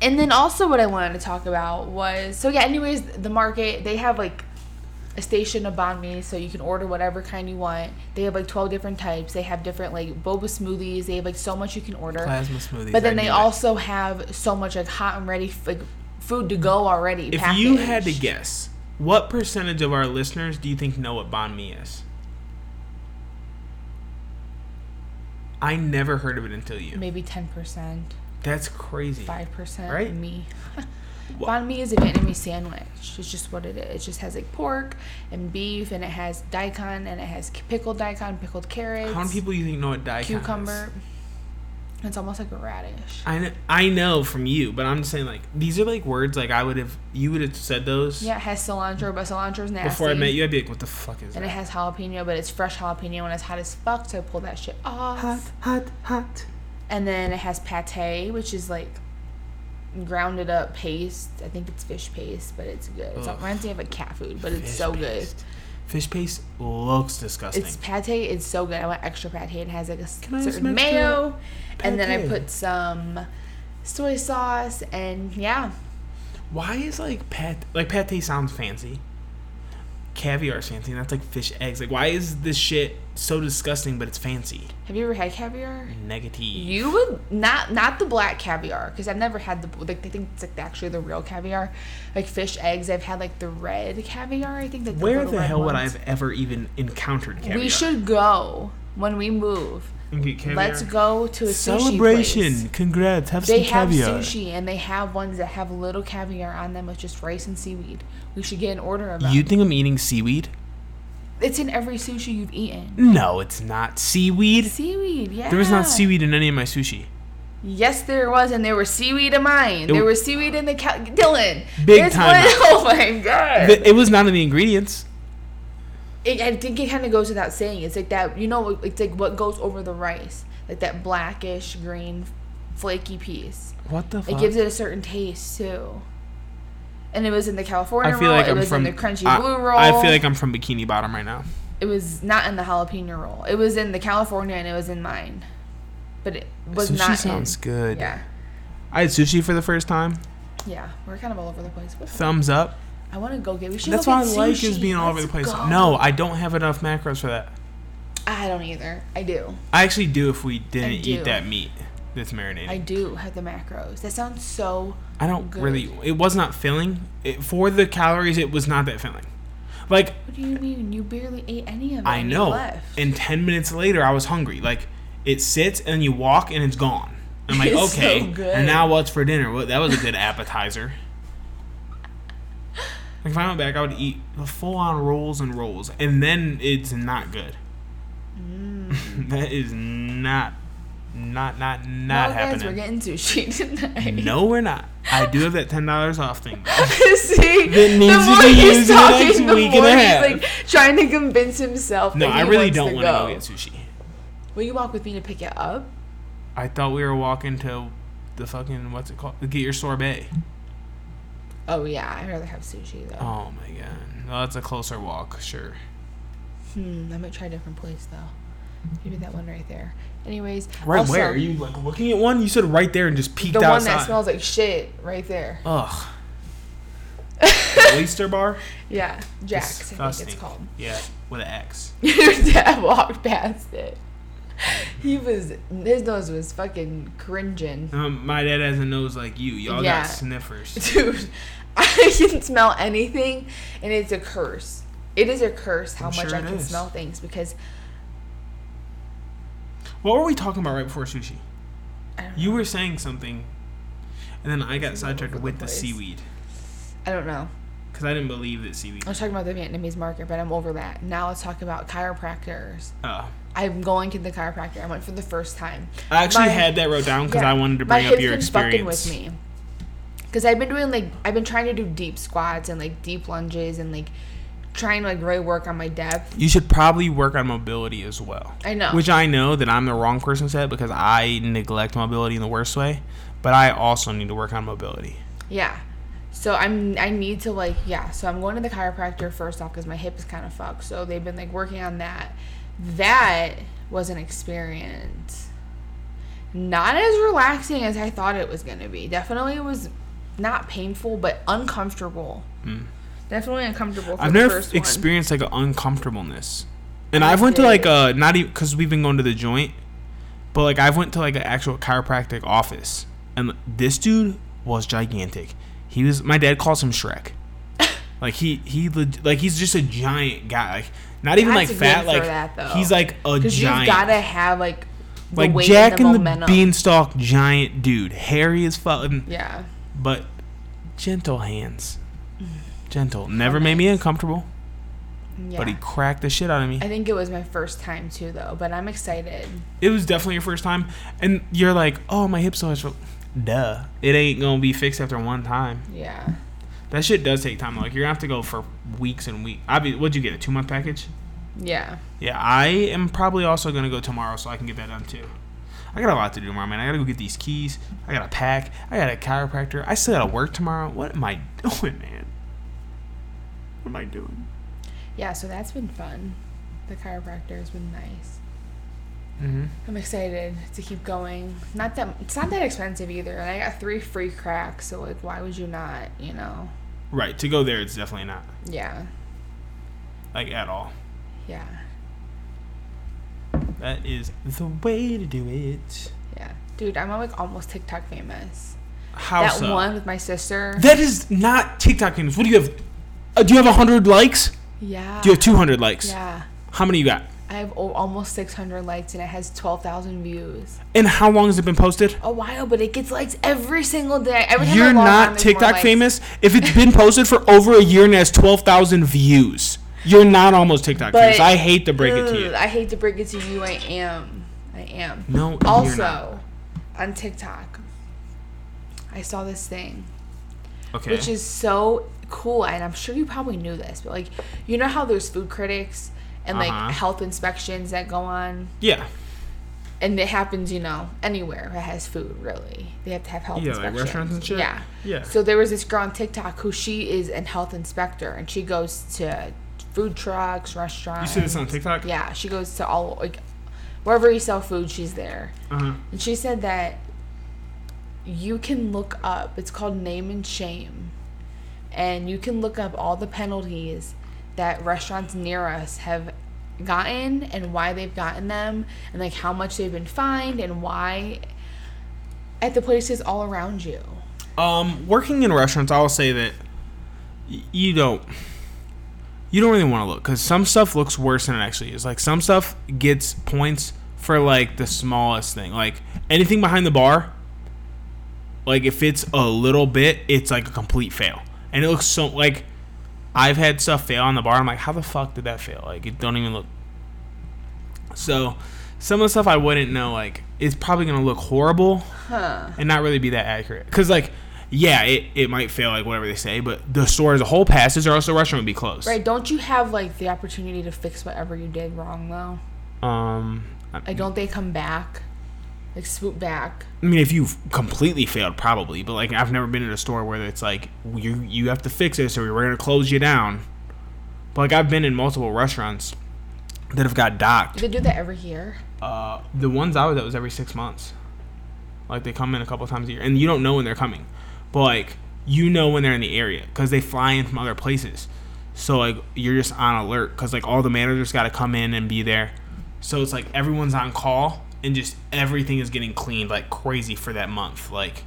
Speaker 1: And then also what I wanted to talk about was so yeah, anyways, the market, they have like a station of me, so you can order whatever kind you want. They have like twelve different types. They have different like boba smoothies. They have like so much you can order.
Speaker 2: Plasma smoothies.
Speaker 1: but then
Speaker 2: I
Speaker 1: they
Speaker 2: knew it.
Speaker 1: also have so much like hot and ready f- like food to go already.
Speaker 2: If you
Speaker 1: packaged.
Speaker 2: had to guess, what percentage of our listeners do you think know what banh mi is? I never heard of it until you.
Speaker 1: maybe ten percent,
Speaker 2: That's crazy.
Speaker 1: five percent,
Speaker 2: Right?
Speaker 1: Me.
Speaker 2: Wha-
Speaker 1: Banh mi is a Vietnamese sandwich. It's just what it is. It just has like pork and beef, and it has daikon, and it has k- pickled daikon, pickled carrots,
Speaker 2: How many people do you think know what daikon
Speaker 1: cucumber.
Speaker 2: Is?
Speaker 1: It's almost like a radish.
Speaker 2: I know, I know from you, but I'm just saying like these are like words like I would have you would have said those
Speaker 1: Yeah, it has cilantro, but cilantro's nasty.
Speaker 2: before I met you. I'd be like, what the fuck is
Speaker 1: And
Speaker 2: that?
Speaker 1: it has jalapeno, but it's fresh jalapeno, and it's hot as fuck, so I pull that shit off.
Speaker 2: hot, hot.
Speaker 1: And then it has pate, which is like grounded up paste. I think it's fish paste, but it's good. It's, it
Speaker 2: Ugh.
Speaker 1: reminds me of like cat food, but it's
Speaker 2: Fish
Speaker 1: so good.
Speaker 2: paste. Fish paste looks disgusting.
Speaker 1: It's pate. It's so good. I want extra pate. It has like a s-
Speaker 2: Can I just
Speaker 1: certain
Speaker 2: make
Speaker 1: mayo, and then I
Speaker 2: pate?
Speaker 1: put some soy sauce, and yeah,
Speaker 2: Why is like pat like pate sounds fancy? Caviar fancy, and that's like fish eggs. Like why is this shit so disgusting but it's fancy?
Speaker 1: have you ever had caviar?
Speaker 2: Negative.
Speaker 1: You would not not the black caviar because I've never had the like I think it's like actually the real caviar, like fish eggs. I've had like the red caviar. I think that
Speaker 2: Where
Speaker 1: little
Speaker 2: the
Speaker 1: red
Speaker 2: hell would I
Speaker 1: ones.
Speaker 2: have ever even encountered caviar?
Speaker 1: We should go when we move.
Speaker 2: And get caviar.
Speaker 1: Let's go to a sushi
Speaker 2: celebration.
Speaker 1: place.
Speaker 2: Congrats. Have
Speaker 1: They
Speaker 2: some
Speaker 1: have
Speaker 2: caviar.
Speaker 1: sushi and they have ones that have little caviar on them with just rice and seaweed. We should get an order of them.
Speaker 2: You think I'm eating seaweed?
Speaker 1: it's in every sushi you've eaten.
Speaker 2: No, it's not seaweed.
Speaker 1: Seaweed, yeah.
Speaker 2: There was not seaweed in any of my sushi.
Speaker 1: Yes, there was, and there was seaweed in mine. there was seaweed in the cow. Dylan,
Speaker 2: Big
Speaker 1: there's
Speaker 2: time
Speaker 1: one-
Speaker 2: out.
Speaker 1: Oh my god!
Speaker 2: Th- It was not in the ingredients.
Speaker 1: it, I think it kind of goes without saying. It's like that, you know, it's like what goes over the rice, like that blackish green, flaky piece.
Speaker 2: What the
Speaker 1: It
Speaker 2: fuck?
Speaker 1: gives it a certain taste too. And it was in the California
Speaker 2: I feel
Speaker 1: roll.
Speaker 2: like
Speaker 1: it
Speaker 2: I'm
Speaker 1: was
Speaker 2: from
Speaker 1: in the crunchy
Speaker 2: I-
Speaker 1: blue roll.
Speaker 2: I feel like I'm from Bikini Bottom right now.
Speaker 1: it was not in the jalapeno roll. It was in the California and it was in mine, but it was
Speaker 2: sushi
Speaker 1: not.
Speaker 2: sounds
Speaker 1: in,
Speaker 2: good.
Speaker 1: Yeah,
Speaker 2: I had sushi for the first time.
Speaker 1: yeah. We're kind of all over the place. What the-
Speaker 2: Thumbs up.
Speaker 1: I want to go get. We should.
Speaker 2: That's
Speaker 1: go
Speaker 2: what I
Speaker 1: get
Speaker 2: like is
Speaker 1: sushi.
Speaker 2: being all over the
Speaker 1: Let's
Speaker 2: place.
Speaker 1: go.
Speaker 2: No, I don't have enough macros for that.
Speaker 1: I don't either. I do.
Speaker 2: I actually do if we didn't
Speaker 1: do.
Speaker 2: eat that meat that's marinated.
Speaker 1: I
Speaker 2: I,
Speaker 1: do have the macros. That sounds so
Speaker 2: don't
Speaker 1: good.
Speaker 2: really. It was not filling. It, for the calories, it was not that filling. Like
Speaker 1: What do you mean? You barely ate any of it.
Speaker 2: I
Speaker 1: and you
Speaker 2: know.
Speaker 1: left.
Speaker 2: And ten minutes later, I was hungry. Like it sits and you walk and it's gone. I'm like,
Speaker 1: It's so
Speaker 2: okay.
Speaker 1: good.
Speaker 2: And now what's for dinner? Well, that was a good appetizer. like if I went back, I would eat the full on rolls and rolls, and then it's not good.
Speaker 1: Mm.
Speaker 2: that is not, not, not,
Speaker 1: Well,
Speaker 2: not
Speaker 1: guys, we're
Speaker 2: happening. Mm.
Speaker 1: getting sushi tonight.
Speaker 2: no, we're not. I do have that ten dollars off thing.
Speaker 1: See,
Speaker 2: That needs to be
Speaker 1: the more he's
Speaker 2: used in the next
Speaker 1: talking, the
Speaker 2: week and a
Speaker 1: more
Speaker 2: half.
Speaker 1: he's like trying to convince himself.
Speaker 2: No,
Speaker 1: that
Speaker 2: I
Speaker 1: he
Speaker 2: really
Speaker 1: wants
Speaker 2: don't
Speaker 1: to
Speaker 2: want to go
Speaker 1: go.
Speaker 2: get sushi.
Speaker 1: Will you walk with me to pick it up?
Speaker 2: I thought we were walking to the fucking what's it called? Get your sorbet.
Speaker 1: Oh yeah, I'd rather have sushi though.
Speaker 2: Oh my god. Well, that's a closer walk, sure.
Speaker 1: Hmm, I might try a different place though. Maybe that one right there. Anyways,
Speaker 2: Right
Speaker 1: also,
Speaker 2: where? Are you like looking at one? You said right there and just peeked
Speaker 1: the one
Speaker 2: outside.
Speaker 1: that smells like shit right there.
Speaker 2: Ugh. Oyster bar?
Speaker 1: Yeah, Jack's. I think
Speaker 2: Disgusting.
Speaker 1: it's called.
Speaker 2: Yeah, with an X.
Speaker 1: Your dad walked past it. He was his nose was fucking cringing.
Speaker 2: Um, my dad has a nose like you. Y'all
Speaker 1: Yeah.
Speaker 2: got sniffers.
Speaker 1: Dude, I can smell anything and it's a curse. It is a curse how
Speaker 2: I'm
Speaker 1: much
Speaker 2: sure
Speaker 1: I
Speaker 2: it
Speaker 1: can
Speaker 2: is.
Speaker 1: smell things because
Speaker 2: What were we talking about right before sushi?
Speaker 1: I don't,
Speaker 2: You were saying something, and then I got
Speaker 1: all
Speaker 2: sidetracked
Speaker 1: over the
Speaker 2: with the
Speaker 1: place.
Speaker 2: seaweed.
Speaker 1: I don't know.
Speaker 2: because I didn't believe that CBD.
Speaker 1: I was talking about the Vietnamese market, but I'm over that. Now let's talk about chiropractors.
Speaker 2: Oh,
Speaker 1: I'm going to the chiropractor. I went for the first time.
Speaker 2: I actually
Speaker 1: My-
Speaker 2: had that wrote down because
Speaker 1: Yeah,
Speaker 2: I wanted to
Speaker 1: my
Speaker 2: bring up
Speaker 1: hip's
Speaker 2: your
Speaker 1: been
Speaker 2: experience.
Speaker 1: fucking with me. Because I've been doing like I've been trying to do deep squats and like deep lunges and like trying to like really work on my depth.
Speaker 2: You should probably work on mobility as well.
Speaker 1: I know.
Speaker 2: Which I know that I'm the wrong person to say that because I neglect mobility in the worst way, but I also need to work on mobility.
Speaker 1: Yeah. So I'm I need to like yeah. So I'm going to the chiropractor first off because my hip is kind of fucked. So they've been like working on that. That was an experience. Not as relaxing as I thought it was gonna be. Definitely it was not painful but uncomfortable. Definitely uncomfortable. For
Speaker 2: Hmm. I've
Speaker 1: the
Speaker 2: never
Speaker 1: first one.
Speaker 2: experienced like an uncomfortableness, and
Speaker 1: I
Speaker 2: I've went to
Speaker 1: did.
Speaker 2: like a not even because we've been going to the joint, but like I've went to like an actual chiropractic office, and this dude was gigantic. He was my dad calls him Shrek, like he he leg- like he's just a giant guy, like not even
Speaker 1: That's
Speaker 2: like
Speaker 1: good
Speaker 2: fat,
Speaker 1: for
Speaker 2: like
Speaker 1: that, though.
Speaker 2: he's like a
Speaker 1: Because
Speaker 2: giant.
Speaker 1: you've gotta have like the
Speaker 2: like
Speaker 1: weight
Speaker 2: Jack and the,
Speaker 1: momentum.
Speaker 2: Beanstalk giant dude, hairy as fuck,
Speaker 1: Yeah.
Speaker 2: but gentle hands,
Speaker 1: Mm.
Speaker 2: gentle. Never made me uncomfortable,
Speaker 1: Yeah.
Speaker 2: but he cracked the shit out of me.
Speaker 1: I think it was my first time too though, but I'm excited.
Speaker 2: It was definitely your first time, and you're like, oh, my hips always. feel-" Duh, it ain't gonna be fixed after one time.
Speaker 1: Yeah.
Speaker 2: That shit does take time. Like you're gonna have to go for weeks and weeks. I be, what'd you get? A two month package?
Speaker 1: Yeah.
Speaker 2: Yeah, I am probably also gonna go tomorrow so I can get that done too. I got a lot to do tomorrow, man. I gotta go get these keys. I gotta pack. I got a chiropractor. I still gotta work tomorrow. What am I doing, man? What am I doing?
Speaker 1: Yeah, so that's been fun. The chiropractor has been nice.
Speaker 2: Mm-hmm.
Speaker 1: I'm excited to keep going. Not that it's not that expensive either. And I got three free cracks, so like why would you not, you know?
Speaker 2: Right to go there, it's definitely not
Speaker 1: Yeah.
Speaker 2: like at all.
Speaker 1: Yeah.
Speaker 2: That is the way to do it.
Speaker 1: Yeah. Dude, I'm like almost TikTok famous.
Speaker 2: How
Speaker 1: that
Speaker 2: so?
Speaker 1: one with my sister.
Speaker 2: That is not TikTok famous. What do you have? Uh, do you have 100 likes?
Speaker 1: yeah.
Speaker 2: Do you have 200 likes?
Speaker 1: Yeah.
Speaker 2: How many you got?
Speaker 1: I have o- almost 600 likes and it has 12,000 views.
Speaker 2: And how long has it been posted?
Speaker 1: A while, but it gets likes every single day. Every time I
Speaker 2: You're
Speaker 1: log on,
Speaker 2: not
Speaker 1: there's more
Speaker 2: TikTok
Speaker 1: likes.
Speaker 2: famous if it's been posted for over a year and has 12,000 views. You're not almost TikTok
Speaker 1: But-
Speaker 2: famous. I hate to break it to
Speaker 1: Ugh,
Speaker 2: you.
Speaker 1: I hate to break it to you. I am. I am.
Speaker 2: No, you're not.
Speaker 1: Also, on TikTok, I saw this thing,
Speaker 2: Okay.
Speaker 1: which is so cool, and I'm sure you probably knew this, but like, you know how there's food critics and like
Speaker 2: Uh-huh.
Speaker 1: health inspections that go on,
Speaker 2: yeah.
Speaker 1: and it happens, you know, anywhere that has food. Really, they have to have health
Speaker 2: Yeah, like
Speaker 1: inspections.
Speaker 2: restaurants and shit?
Speaker 1: Oh, Yeah.
Speaker 2: Yeah.
Speaker 1: So there was this girl on TikTok who she is a health inspector, and she goes to food trucks,
Speaker 2: You
Speaker 1: restaurants.
Speaker 2: see this on TikTok?
Speaker 1: Yeah, she goes to all like wherever you sell food, she's there.
Speaker 2: Uh-huh.
Speaker 1: And she said that you can look up. It's called name and shame, and you can look up all the penalties that restaurants near us have gotten and why they've gotten them, and like how much they've been fined and why at the places all around you.
Speaker 2: Um, working in restaurants, I'll say that y- you don't you don't really want to look because some stuff looks worse than it actually is. Like some stuff gets points for like the smallest thing, like anything behind the bar. Like if it's a little bit, it's like a complete fail, and it looks so like I've had stuff fail on the bar. I'm like, how the fuck did that fail? Like it don't even look. So some of the stuff I wouldn't know, like it's probably gonna look horrible
Speaker 1: Huh.
Speaker 2: and not really be that accurate. Because like, yeah, it, it might fail like whatever they say, but the store as a whole passes, or else the restaurant would be closed.
Speaker 1: Right? Don't you have like the opportunity to fix whatever you did wrong though?
Speaker 2: Um,
Speaker 1: Like,
Speaker 2: I,
Speaker 1: don't they come back? Like, swoop back.
Speaker 2: I mean, if you've completely failed, probably, but like I've never been in a store where it's like you you have to fix this or we're gonna close you down. But like I've been in multiple restaurants that have got docked.
Speaker 1: They do that every year.
Speaker 2: Uh, the ones I was at was every six months. Like they come in a couple times a year, and you don't know when they're coming, but like you know when they're in the area because they fly in from other places. So like you're just on alert because like all the managers got to come in and be there. So it's like everyone's on call and just everything is getting cleaned like crazy for that month. Like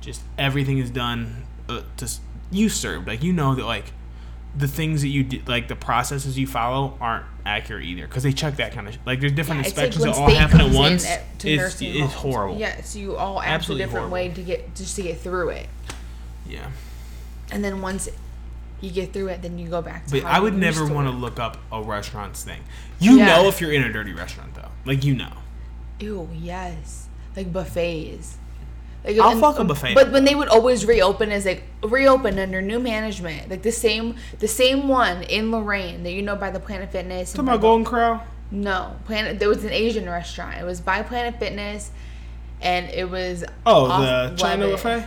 Speaker 2: just everything is done. Uh, just you served like you know that like the things that you do, like the processes you follow aren't accurate either because they check that kind of sh- like there's different
Speaker 1: Yeah,
Speaker 2: inspections
Speaker 1: when
Speaker 2: that all
Speaker 1: state
Speaker 2: happen at
Speaker 1: comes in
Speaker 2: once.
Speaker 1: at- to
Speaker 2: it's,
Speaker 1: nursing
Speaker 2: it's
Speaker 1: homes.
Speaker 2: horrible. Yeah.
Speaker 1: Yeah, so you all act
Speaker 2: Absolutely
Speaker 1: a different
Speaker 2: horrible.
Speaker 1: way to get just to get through it, and then once You get through it, then you go back to.
Speaker 2: But
Speaker 1: how
Speaker 2: I would
Speaker 1: you used
Speaker 2: never want to
Speaker 1: work.
Speaker 2: look up a restaurant's thing. You
Speaker 1: Yeah.
Speaker 2: know if you're in a dirty restaurant though. Like you know.
Speaker 1: Ew, yes, like buffets. Like,
Speaker 2: I'll fuck a buffet.
Speaker 1: But when they would always reopen as like reopen under new management, like the same the same one in Lorraine that you know by the Planet Fitness. and
Speaker 2: Talking
Speaker 1: by
Speaker 2: about Golden Crow.
Speaker 1: No, Planet. There was an Asian restaurant. It was by Planet Fitness, and it was
Speaker 2: Oh,
Speaker 1: off
Speaker 2: the China
Speaker 1: Levitt.
Speaker 2: buffet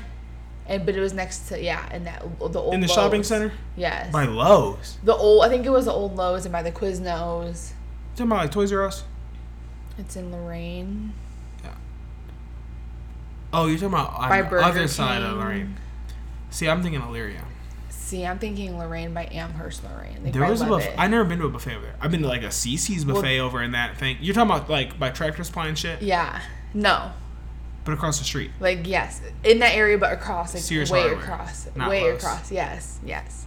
Speaker 1: And but it was next to yeah, in that the old
Speaker 2: in the shopping
Speaker 1: Lowe's.
Speaker 2: center
Speaker 1: Yes,
Speaker 2: by Lowe's.
Speaker 1: the old. I think it was the old Lowe's and by the Quiznos.
Speaker 2: Talking about like Toys R Us.
Speaker 1: It's in Lorraine.
Speaker 2: Oh, you're talking about on
Speaker 1: By
Speaker 2: the
Speaker 1: Burger
Speaker 2: other side of
Speaker 1: King.
Speaker 2: Lorraine. See, I'm thinking Illyria.
Speaker 1: See, I'm thinking Lorraine by Amherst, Lorraine. Like
Speaker 2: There
Speaker 1: by
Speaker 2: was a buffet.
Speaker 1: Levitt.
Speaker 2: I never been to a buffet over there. I've been to like a CC's buffet over in that thing. You're talking about like by Tractor Supply and shit,
Speaker 1: yeah, no,
Speaker 2: but across the street.
Speaker 1: like yes, in that area, but across, like
Speaker 2: Sears
Speaker 1: way
Speaker 2: Hardware.
Speaker 1: across,
Speaker 2: Not
Speaker 1: way
Speaker 2: Lowe's.
Speaker 1: across. Yes, yes,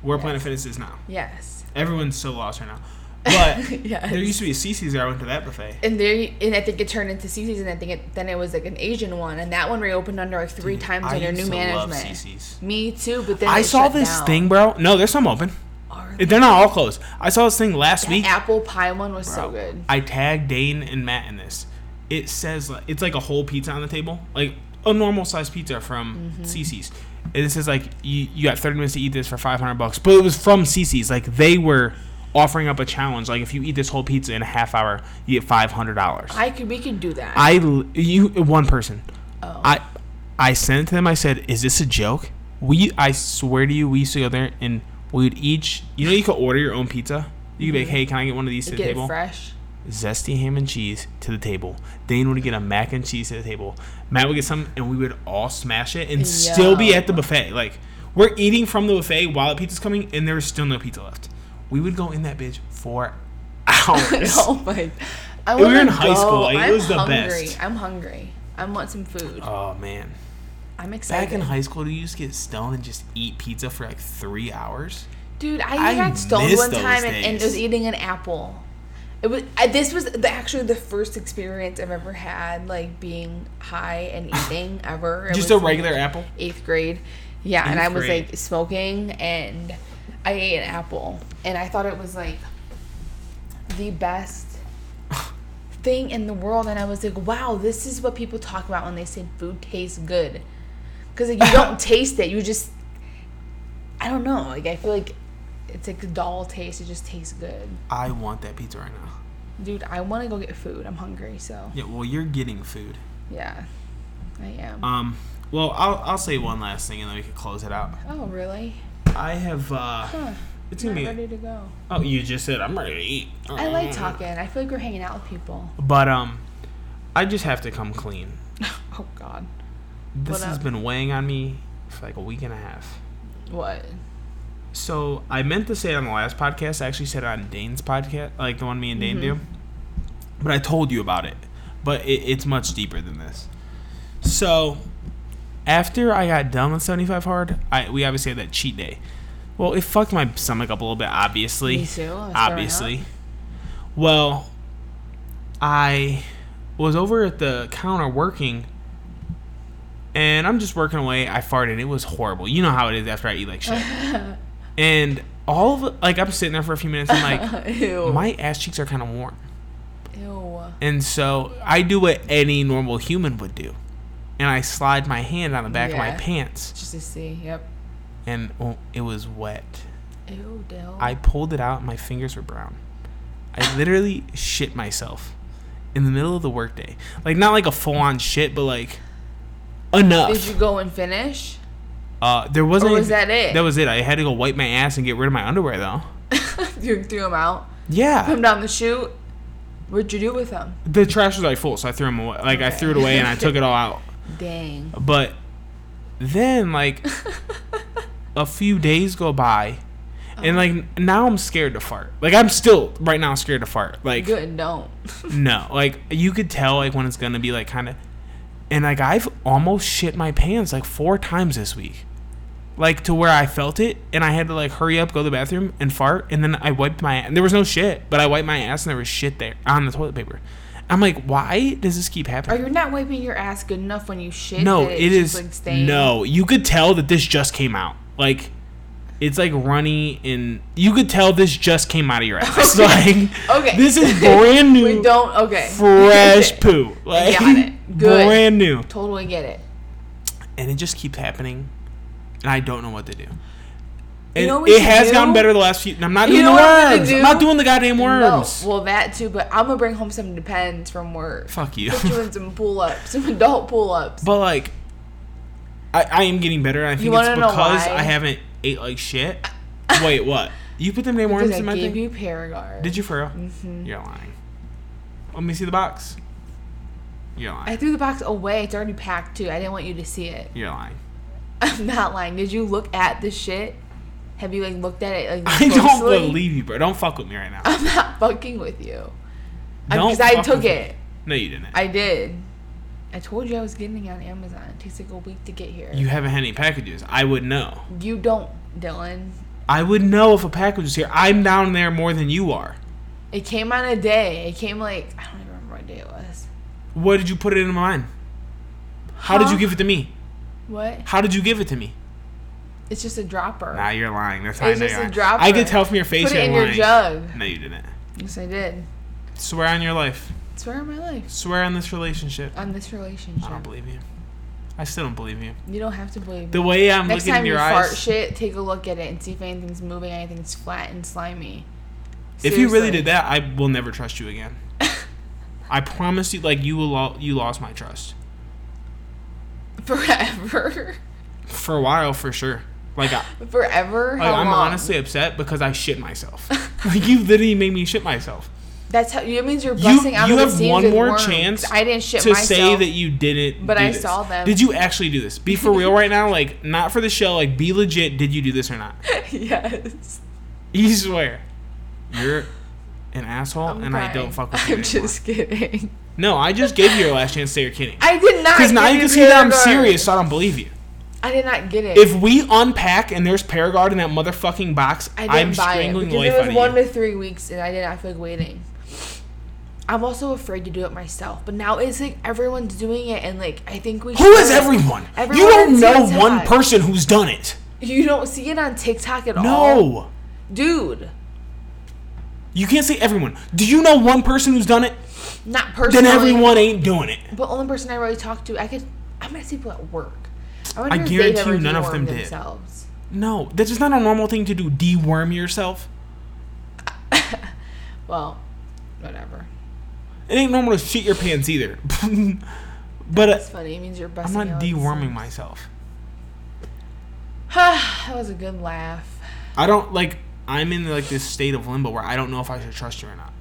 Speaker 2: Where Planet Fitness is now.
Speaker 1: yes.
Speaker 2: Everyone's so lost right now. But
Speaker 1: Yes.
Speaker 2: there used to be a CC's there. I went to that buffet.
Speaker 1: And there, and I think it turned into CC's, and I think it, then it was like an Asian one, and that one reopened under like three times
Speaker 2: I
Speaker 1: under new
Speaker 2: used to love
Speaker 1: management.
Speaker 2: CC's.
Speaker 1: Me too, but then
Speaker 2: I
Speaker 1: it
Speaker 2: saw
Speaker 1: shut
Speaker 2: this
Speaker 1: down.
Speaker 2: thing, bro. No, there's some open.
Speaker 1: Our-
Speaker 2: They're not all closed. I saw this thing last
Speaker 1: the
Speaker 2: week.
Speaker 1: apple pie one was
Speaker 2: Bro,
Speaker 1: so good.
Speaker 2: I tagged Dane and Matt in this. It says like it's like a whole pizza on the table, like a normal sized pizza from
Speaker 1: Mm-hmm.
Speaker 2: CC's. And it says like you, you got 30 minutes to eat this for 500 bucks, but it was from CC's. Like they were offering up a challenge. Like if you eat this whole pizza in a half hour, you get 500 dollars.
Speaker 1: I could, we could do that.
Speaker 2: I l- you one person.
Speaker 1: Oh.
Speaker 2: I I sent it to them. I said, "Is this a joke?" We I swear to you, we used to go there and we would each. You know, you could order your own pizza. You could be like, "Hey, can I get one of these to the
Speaker 1: Mm-hmm. Get
Speaker 2: table?"
Speaker 1: it fresh.
Speaker 2: zesty ham and cheese to the table. Dane would get a mac and cheese to the table. Matt would get some, and we would all smash it and still be at the buffet. Like we're eating from the buffet while the pizza's coming, and there's still no pizza left. We would go in that bitch for hours.
Speaker 1: oh my! I
Speaker 2: We were
Speaker 1: wanna
Speaker 2: in high
Speaker 1: go.
Speaker 2: school, like, it
Speaker 1: I'm
Speaker 2: was the
Speaker 1: hungry.
Speaker 2: best.
Speaker 1: I'm hungry. I want some food.
Speaker 2: Oh man!
Speaker 1: I'm excited.
Speaker 2: Back in high school, do you just get stoned and just eat pizza for like three hours?
Speaker 1: Dude, I,
Speaker 2: I
Speaker 1: got stoned
Speaker 2: miss
Speaker 1: one
Speaker 2: those
Speaker 1: time and, and
Speaker 2: days.
Speaker 1: was eating an apple. It was I, this was the, actually the first experience I've ever had, like being high and eating ever. It
Speaker 2: Just a
Speaker 1: was in
Speaker 2: regular apple.
Speaker 1: eighth grade. Yeah, and I
Speaker 2: Eighth
Speaker 1: was
Speaker 2: grade.
Speaker 1: like smoking, and I ate an apple, and I thought it was like the best thing in the world, and I was like, wow, this is what people talk about when they say food tastes good, because like you don't taste it, you just, I don't know, like I feel like it's like a dull taste, it just tastes good,
Speaker 2: I want that pizza right now.
Speaker 1: dude. I want to go get food. I'm hungry, so
Speaker 2: Yeah. Well, you're getting food.
Speaker 1: yeah, I am.
Speaker 2: Um. Well, I'll I'll say one last thing and then we can close it out.
Speaker 1: oh really?
Speaker 2: I have. uh...
Speaker 1: Huh.
Speaker 2: It's
Speaker 1: I'm
Speaker 2: gonna be.
Speaker 1: ready to go.
Speaker 2: Oh, you just said I'm ready to eat.
Speaker 1: I like
Speaker 2: mm-hmm.
Speaker 1: talking. I feel like we're hanging out with people.
Speaker 2: But um, I just have to come clean.
Speaker 1: Oh God.
Speaker 2: This
Speaker 1: What
Speaker 2: has
Speaker 1: up?
Speaker 2: been weighing on me for like a week and a half.
Speaker 1: What?
Speaker 2: So I meant to say it on the last podcast. I actually said it on Dane's podcast, like the one me and Dane do.
Speaker 1: Mm-hmm.
Speaker 2: But I told you about it. But it, it's much deeper than this. So after I got done with 75 hard, I we obviously had that cheat day. Well, it fucked my stomach up a little bit, obviously.
Speaker 1: Me too. I was throwing up.
Speaker 2: obviously. Well, I was over at the counter working, and I'm just working away. I farted. It was horrible. You know how it is after I eat like shit. and all of like I'm sitting there for a few minutes. I'm like,
Speaker 1: Ew.
Speaker 2: my ass cheeks are kind of warm,
Speaker 1: Ew.
Speaker 2: and so I do what any normal human would do, and I slide my hand on the back of
Speaker 1: Yeah.
Speaker 2: my pants,
Speaker 1: Just to see. Yep.
Speaker 2: and oh, it was wet.
Speaker 1: Ew. Dill.
Speaker 2: I pulled it out. and My fingers were brown. I literally shit myself in the middle of the workday. Like not like a full on shit, but like enough.
Speaker 1: Did you go and finish?
Speaker 2: uh, there wasn't.
Speaker 1: Or was
Speaker 2: anything-
Speaker 1: that it?
Speaker 2: That was it. I had to go wipe my ass and get rid of my underwear though.
Speaker 1: you threw them out. Put
Speaker 2: Yeah,
Speaker 1: them down the chute. What'd you do with them?
Speaker 2: the trash was like full, so I threw them away. Like I
Speaker 1: Okay.
Speaker 2: threw it away and I took it all out.
Speaker 1: Dang.
Speaker 2: But then like a few days go by. And
Speaker 1: Uh-huh.
Speaker 2: like now I'm scared to fart. Like I'm still right now scared to fart. Like
Speaker 1: Good. Don't.
Speaker 2: No, like you could tell like when it's gonna be like kind of, and like I've almost shit my pants like four times this week, like to where I felt it and I had to like hurry up, go to the bathroom and fart, and then I wiped my and there was no shit, but I wiped my ass and there was shit there on the toilet paper. I'm like, why does this keep
Speaker 1: Are
Speaker 2: happening?
Speaker 1: you not wiping your ass good enough when you shit?
Speaker 2: No,
Speaker 1: that
Speaker 2: it
Speaker 1: just,
Speaker 2: is
Speaker 1: like, stained?
Speaker 2: no. You could tell that this just came out. Like It's like runny and you could tell this just came out of your ass.
Speaker 1: Okay.
Speaker 2: Like
Speaker 1: Okay.
Speaker 2: this is brand new
Speaker 1: We don't. Okay.
Speaker 2: fresh poo. Like
Speaker 1: got it. Good.
Speaker 2: brand new.
Speaker 1: Totally get it.
Speaker 2: And it just keeps happening. And I don't know what to do. And
Speaker 1: know what we
Speaker 2: it
Speaker 1: should
Speaker 2: has
Speaker 1: do?
Speaker 2: gotten better the last few I'm not
Speaker 1: You
Speaker 2: doing
Speaker 1: know
Speaker 2: the
Speaker 1: what I'm gonna
Speaker 2: worms.
Speaker 1: do?
Speaker 2: I'm not doing the goddamn worms.
Speaker 1: No, well, that too, but I'm gonna bring home some depends from work.
Speaker 2: Fuck you.
Speaker 1: Put you in some pull ups, some adult pull ups.
Speaker 2: But like, I, I am getting better. and I think it's
Speaker 1: wanna know
Speaker 2: because
Speaker 1: why?
Speaker 2: I haven't ate like shit. Wait, what? You put them damn
Speaker 1: Because
Speaker 2: worms
Speaker 1: I
Speaker 2: in my
Speaker 1: gave
Speaker 2: thing?
Speaker 1: you Mm-hmm. Paragard.
Speaker 2: Did you for real? You're lying. Let me see the box. You're lying.
Speaker 1: I threw the box away. It's already packed too. I didn't want you to see it.
Speaker 2: You're lying.
Speaker 1: I'm not lying. Did you look at the shit? Have you like looked at it? Like,
Speaker 2: I don't
Speaker 1: closely?
Speaker 2: believe you, bro. Don't fuck with me right now.
Speaker 1: I'm not fucking with you.
Speaker 2: Don't
Speaker 1: Because I
Speaker 2: fuck
Speaker 1: took
Speaker 2: with me.
Speaker 1: it.
Speaker 2: No, you didn't.
Speaker 1: I did. I told you I was getting it on Amazon. It takes like a week to get here.
Speaker 2: you haven't had any packages. I would know.
Speaker 1: You don't, Dylan.
Speaker 2: I would know if a package was here. I'm down there more than you are.
Speaker 1: It came on a day. It came like I don't even remember what day it was.
Speaker 2: What did you put it in mine? How did
Speaker 1: Huh?
Speaker 2: you give it to me?
Speaker 1: What?
Speaker 2: How did you give it to me?
Speaker 1: It's just a dropper.
Speaker 2: Nah, you're lying. That's how I
Speaker 1: It's
Speaker 2: know
Speaker 1: just
Speaker 2: you're
Speaker 1: a
Speaker 2: lying.
Speaker 1: dropper.
Speaker 2: I could tell from your face
Speaker 1: Put
Speaker 2: you're
Speaker 1: it in your
Speaker 2: lying.
Speaker 1: jug.
Speaker 2: No, you didn't.
Speaker 1: Yes, I did.
Speaker 2: Swear on your life.
Speaker 1: Swear on my life.
Speaker 2: Swear on this relationship.
Speaker 1: On this relationship.
Speaker 2: I don't believe you. I still don't believe you.
Speaker 1: you don't have to believe
Speaker 2: The
Speaker 1: me.
Speaker 2: way I'm
Speaker 1: Next
Speaker 2: looking
Speaker 1: time
Speaker 2: in
Speaker 1: you
Speaker 2: your
Speaker 1: fart
Speaker 2: eyes.
Speaker 1: shit, take a look at it and see if anything's moving, anything's flat and slimy.
Speaker 2: if you really
Speaker 1: Seriously.
Speaker 2: did that, I will never trust you again. I promise you, like you will, lo- you lost my trust
Speaker 1: Forever.
Speaker 2: for a while for sure. Like, I,
Speaker 1: Forever?
Speaker 2: like
Speaker 1: How
Speaker 2: Oh, I'm
Speaker 1: long?
Speaker 2: honestly upset because I shit myself. like you literally made me shit myself.
Speaker 1: That's how. It means you're busting out
Speaker 2: you
Speaker 1: of the
Speaker 2: have
Speaker 1: seams
Speaker 2: one
Speaker 1: with
Speaker 2: more
Speaker 1: worms.
Speaker 2: chance
Speaker 1: I didn't shit
Speaker 2: to
Speaker 1: myself.
Speaker 2: say that you didn't.
Speaker 1: But
Speaker 2: do
Speaker 1: I
Speaker 2: this.
Speaker 1: saw them.
Speaker 2: Did you actually do this? Be for real right now. Like not for the show. Like be legit. Did you do this or not?
Speaker 1: yes.
Speaker 2: You swear. You're an asshole,
Speaker 1: I'm
Speaker 2: and I
Speaker 1: crying.
Speaker 2: don't fuck with you
Speaker 1: I'm
Speaker 2: anymore.
Speaker 1: just kidding.
Speaker 2: No, I just gave you your last chance to say you're kidding.
Speaker 1: I did not.
Speaker 2: Because now
Speaker 1: give
Speaker 2: you can see
Speaker 1: Paragard.
Speaker 2: that I'm serious, so I don't believe you.
Speaker 1: I did not get it.
Speaker 2: If we unpack and there's Paragard in that motherfucking box,
Speaker 1: I
Speaker 2: I'm
Speaker 1: didn't buy it
Speaker 2: strangling the
Speaker 1: because
Speaker 2: life
Speaker 1: it
Speaker 2: out
Speaker 1: was
Speaker 2: of
Speaker 1: one
Speaker 2: you.
Speaker 1: to three weeks, and I did not feel like waiting. I'm also afraid to do it myself, but now it's like everyone's doing it, and like I think we.
Speaker 2: Who is
Speaker 1: should.
Speaker 2: everyone? you
Speaker 1: Everyone
Speaker 2: don't
Speaker 1: on
Speaker 2: know
Speaker 1: TikTok.
Speaker 2: one person who's done it.
Speaker 1: You don't see it on TikTok at all.
Speaker 2: No.
Speaker 1: dude,
Speaker 2: You can't say everyone. Do you know one person who's done it?
Speaker 1: not
Speaker 2: Then
Speaker 1: personally.
Speaker 2: everyone ain't doing it.
Speaker 1: But only person I really talk to, I could. I'm gonna see people at work. I, wonder
Speaker 2: I
Speaker 1: if they've
Speaker 2: guarantee
Speaker 1: ever
Speaker 2: you none of
Speaker 1: dewormed
Speaker 2: them did.
Speaker 1: Themselves.
Speaker 2: No, that's just not a normal thing to do. Deworm yourself.
Speaker 1: Well, whatever.
Speaker 2: It ain't normal to shit your pants either. but uh,
Speaker 1: It's funny. It means you're
Speaker 2: I'm
Speaker 1: busting.
Speaker 2: not
Speaker 1: out the
Speaker 2: deworming
Speaker 1: seams.
Speaker 2: myself.
Speaker 1: that was a good laugh.
Speaker 2: I don't like. I'm in like this state of limbo where I don't know if I should trust you or not.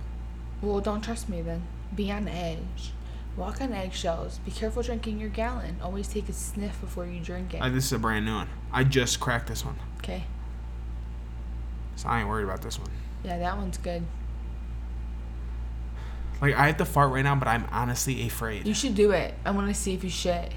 Speaker 1: Well, don't trust me then. Be on edge. Walk on eggshells. Be careful drinking your gallon. Always take a sniff before you drink it.
Speaker 2: I, Uh, this is a brand new one. I just cracked this one,
Speaker 1: okay.
Speaker 2: so I ain't worried about this one.
Speaker 1: Yeah, that one's good.
Speaker 2: Like I have to fart right now, but I'm honestly afraid.
Speaker 1: You should do it. I want to see if you shit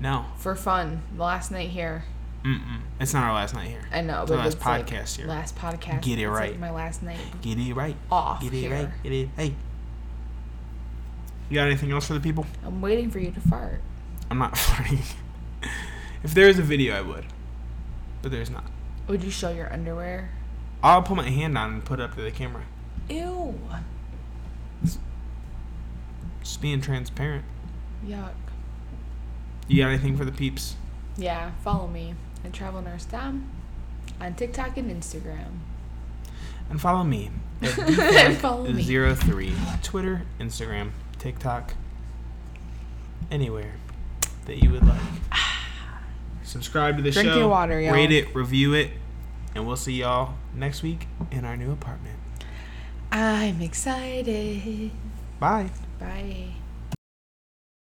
Speaker 2: No,
Speaker 1: for fun. The last night here.
Speaker 2: mm-mm. It's not our last night here.
Speaker 1: I know,
Speaker 2: It's
Speaker 1: but
Speaker 2: our last
Speaker 1: it's like
Speaker 2: podcast here.
Speaker 1: last podcast.
Speaker 2: Get it
Speaker 1: It's, like,
Speaker 2: right.
Speaker 1: my last night
Speaker 2: Get it right.
Speaker 1: off
Speaker 2: Get it
Speaker 1: here.
Speaker 2: right. Get it. Hey. You got anything else for the people?
Speaker 1: I'm waiting for you to fart.
Speaker 2: I'm not farting. if there is a video, I would, but there's not.
Speaker 1: Would you show your underwear?
Speaker 2: I'll put my hand on and put it up to the camera.
Speaker 1: Ew.
Speaker 2: Just being transparent.
Speaker 1: Yuck.
Speaker 2: You got anything for the peeps?
Speaker 1: Yeah, follow me at Travel Nurse Dom on TikTok and Instagram.
Speaker 2: And follow me.
Speaker 1: Follow me.
Speaker 2: Zero three. Twitter, Instagram, TikTok, anywhere that you would like. Subscribe to the
Speaker 1: Drink
Speaker 2: show.
Speaker 1: your water, y'all.
Speaker 2: Rate it, review it, and we'll see y'all next week in our new apartment.
Speaker 1: I'm excited.
Speaker 2: Bye.
Speaker 1: Bye.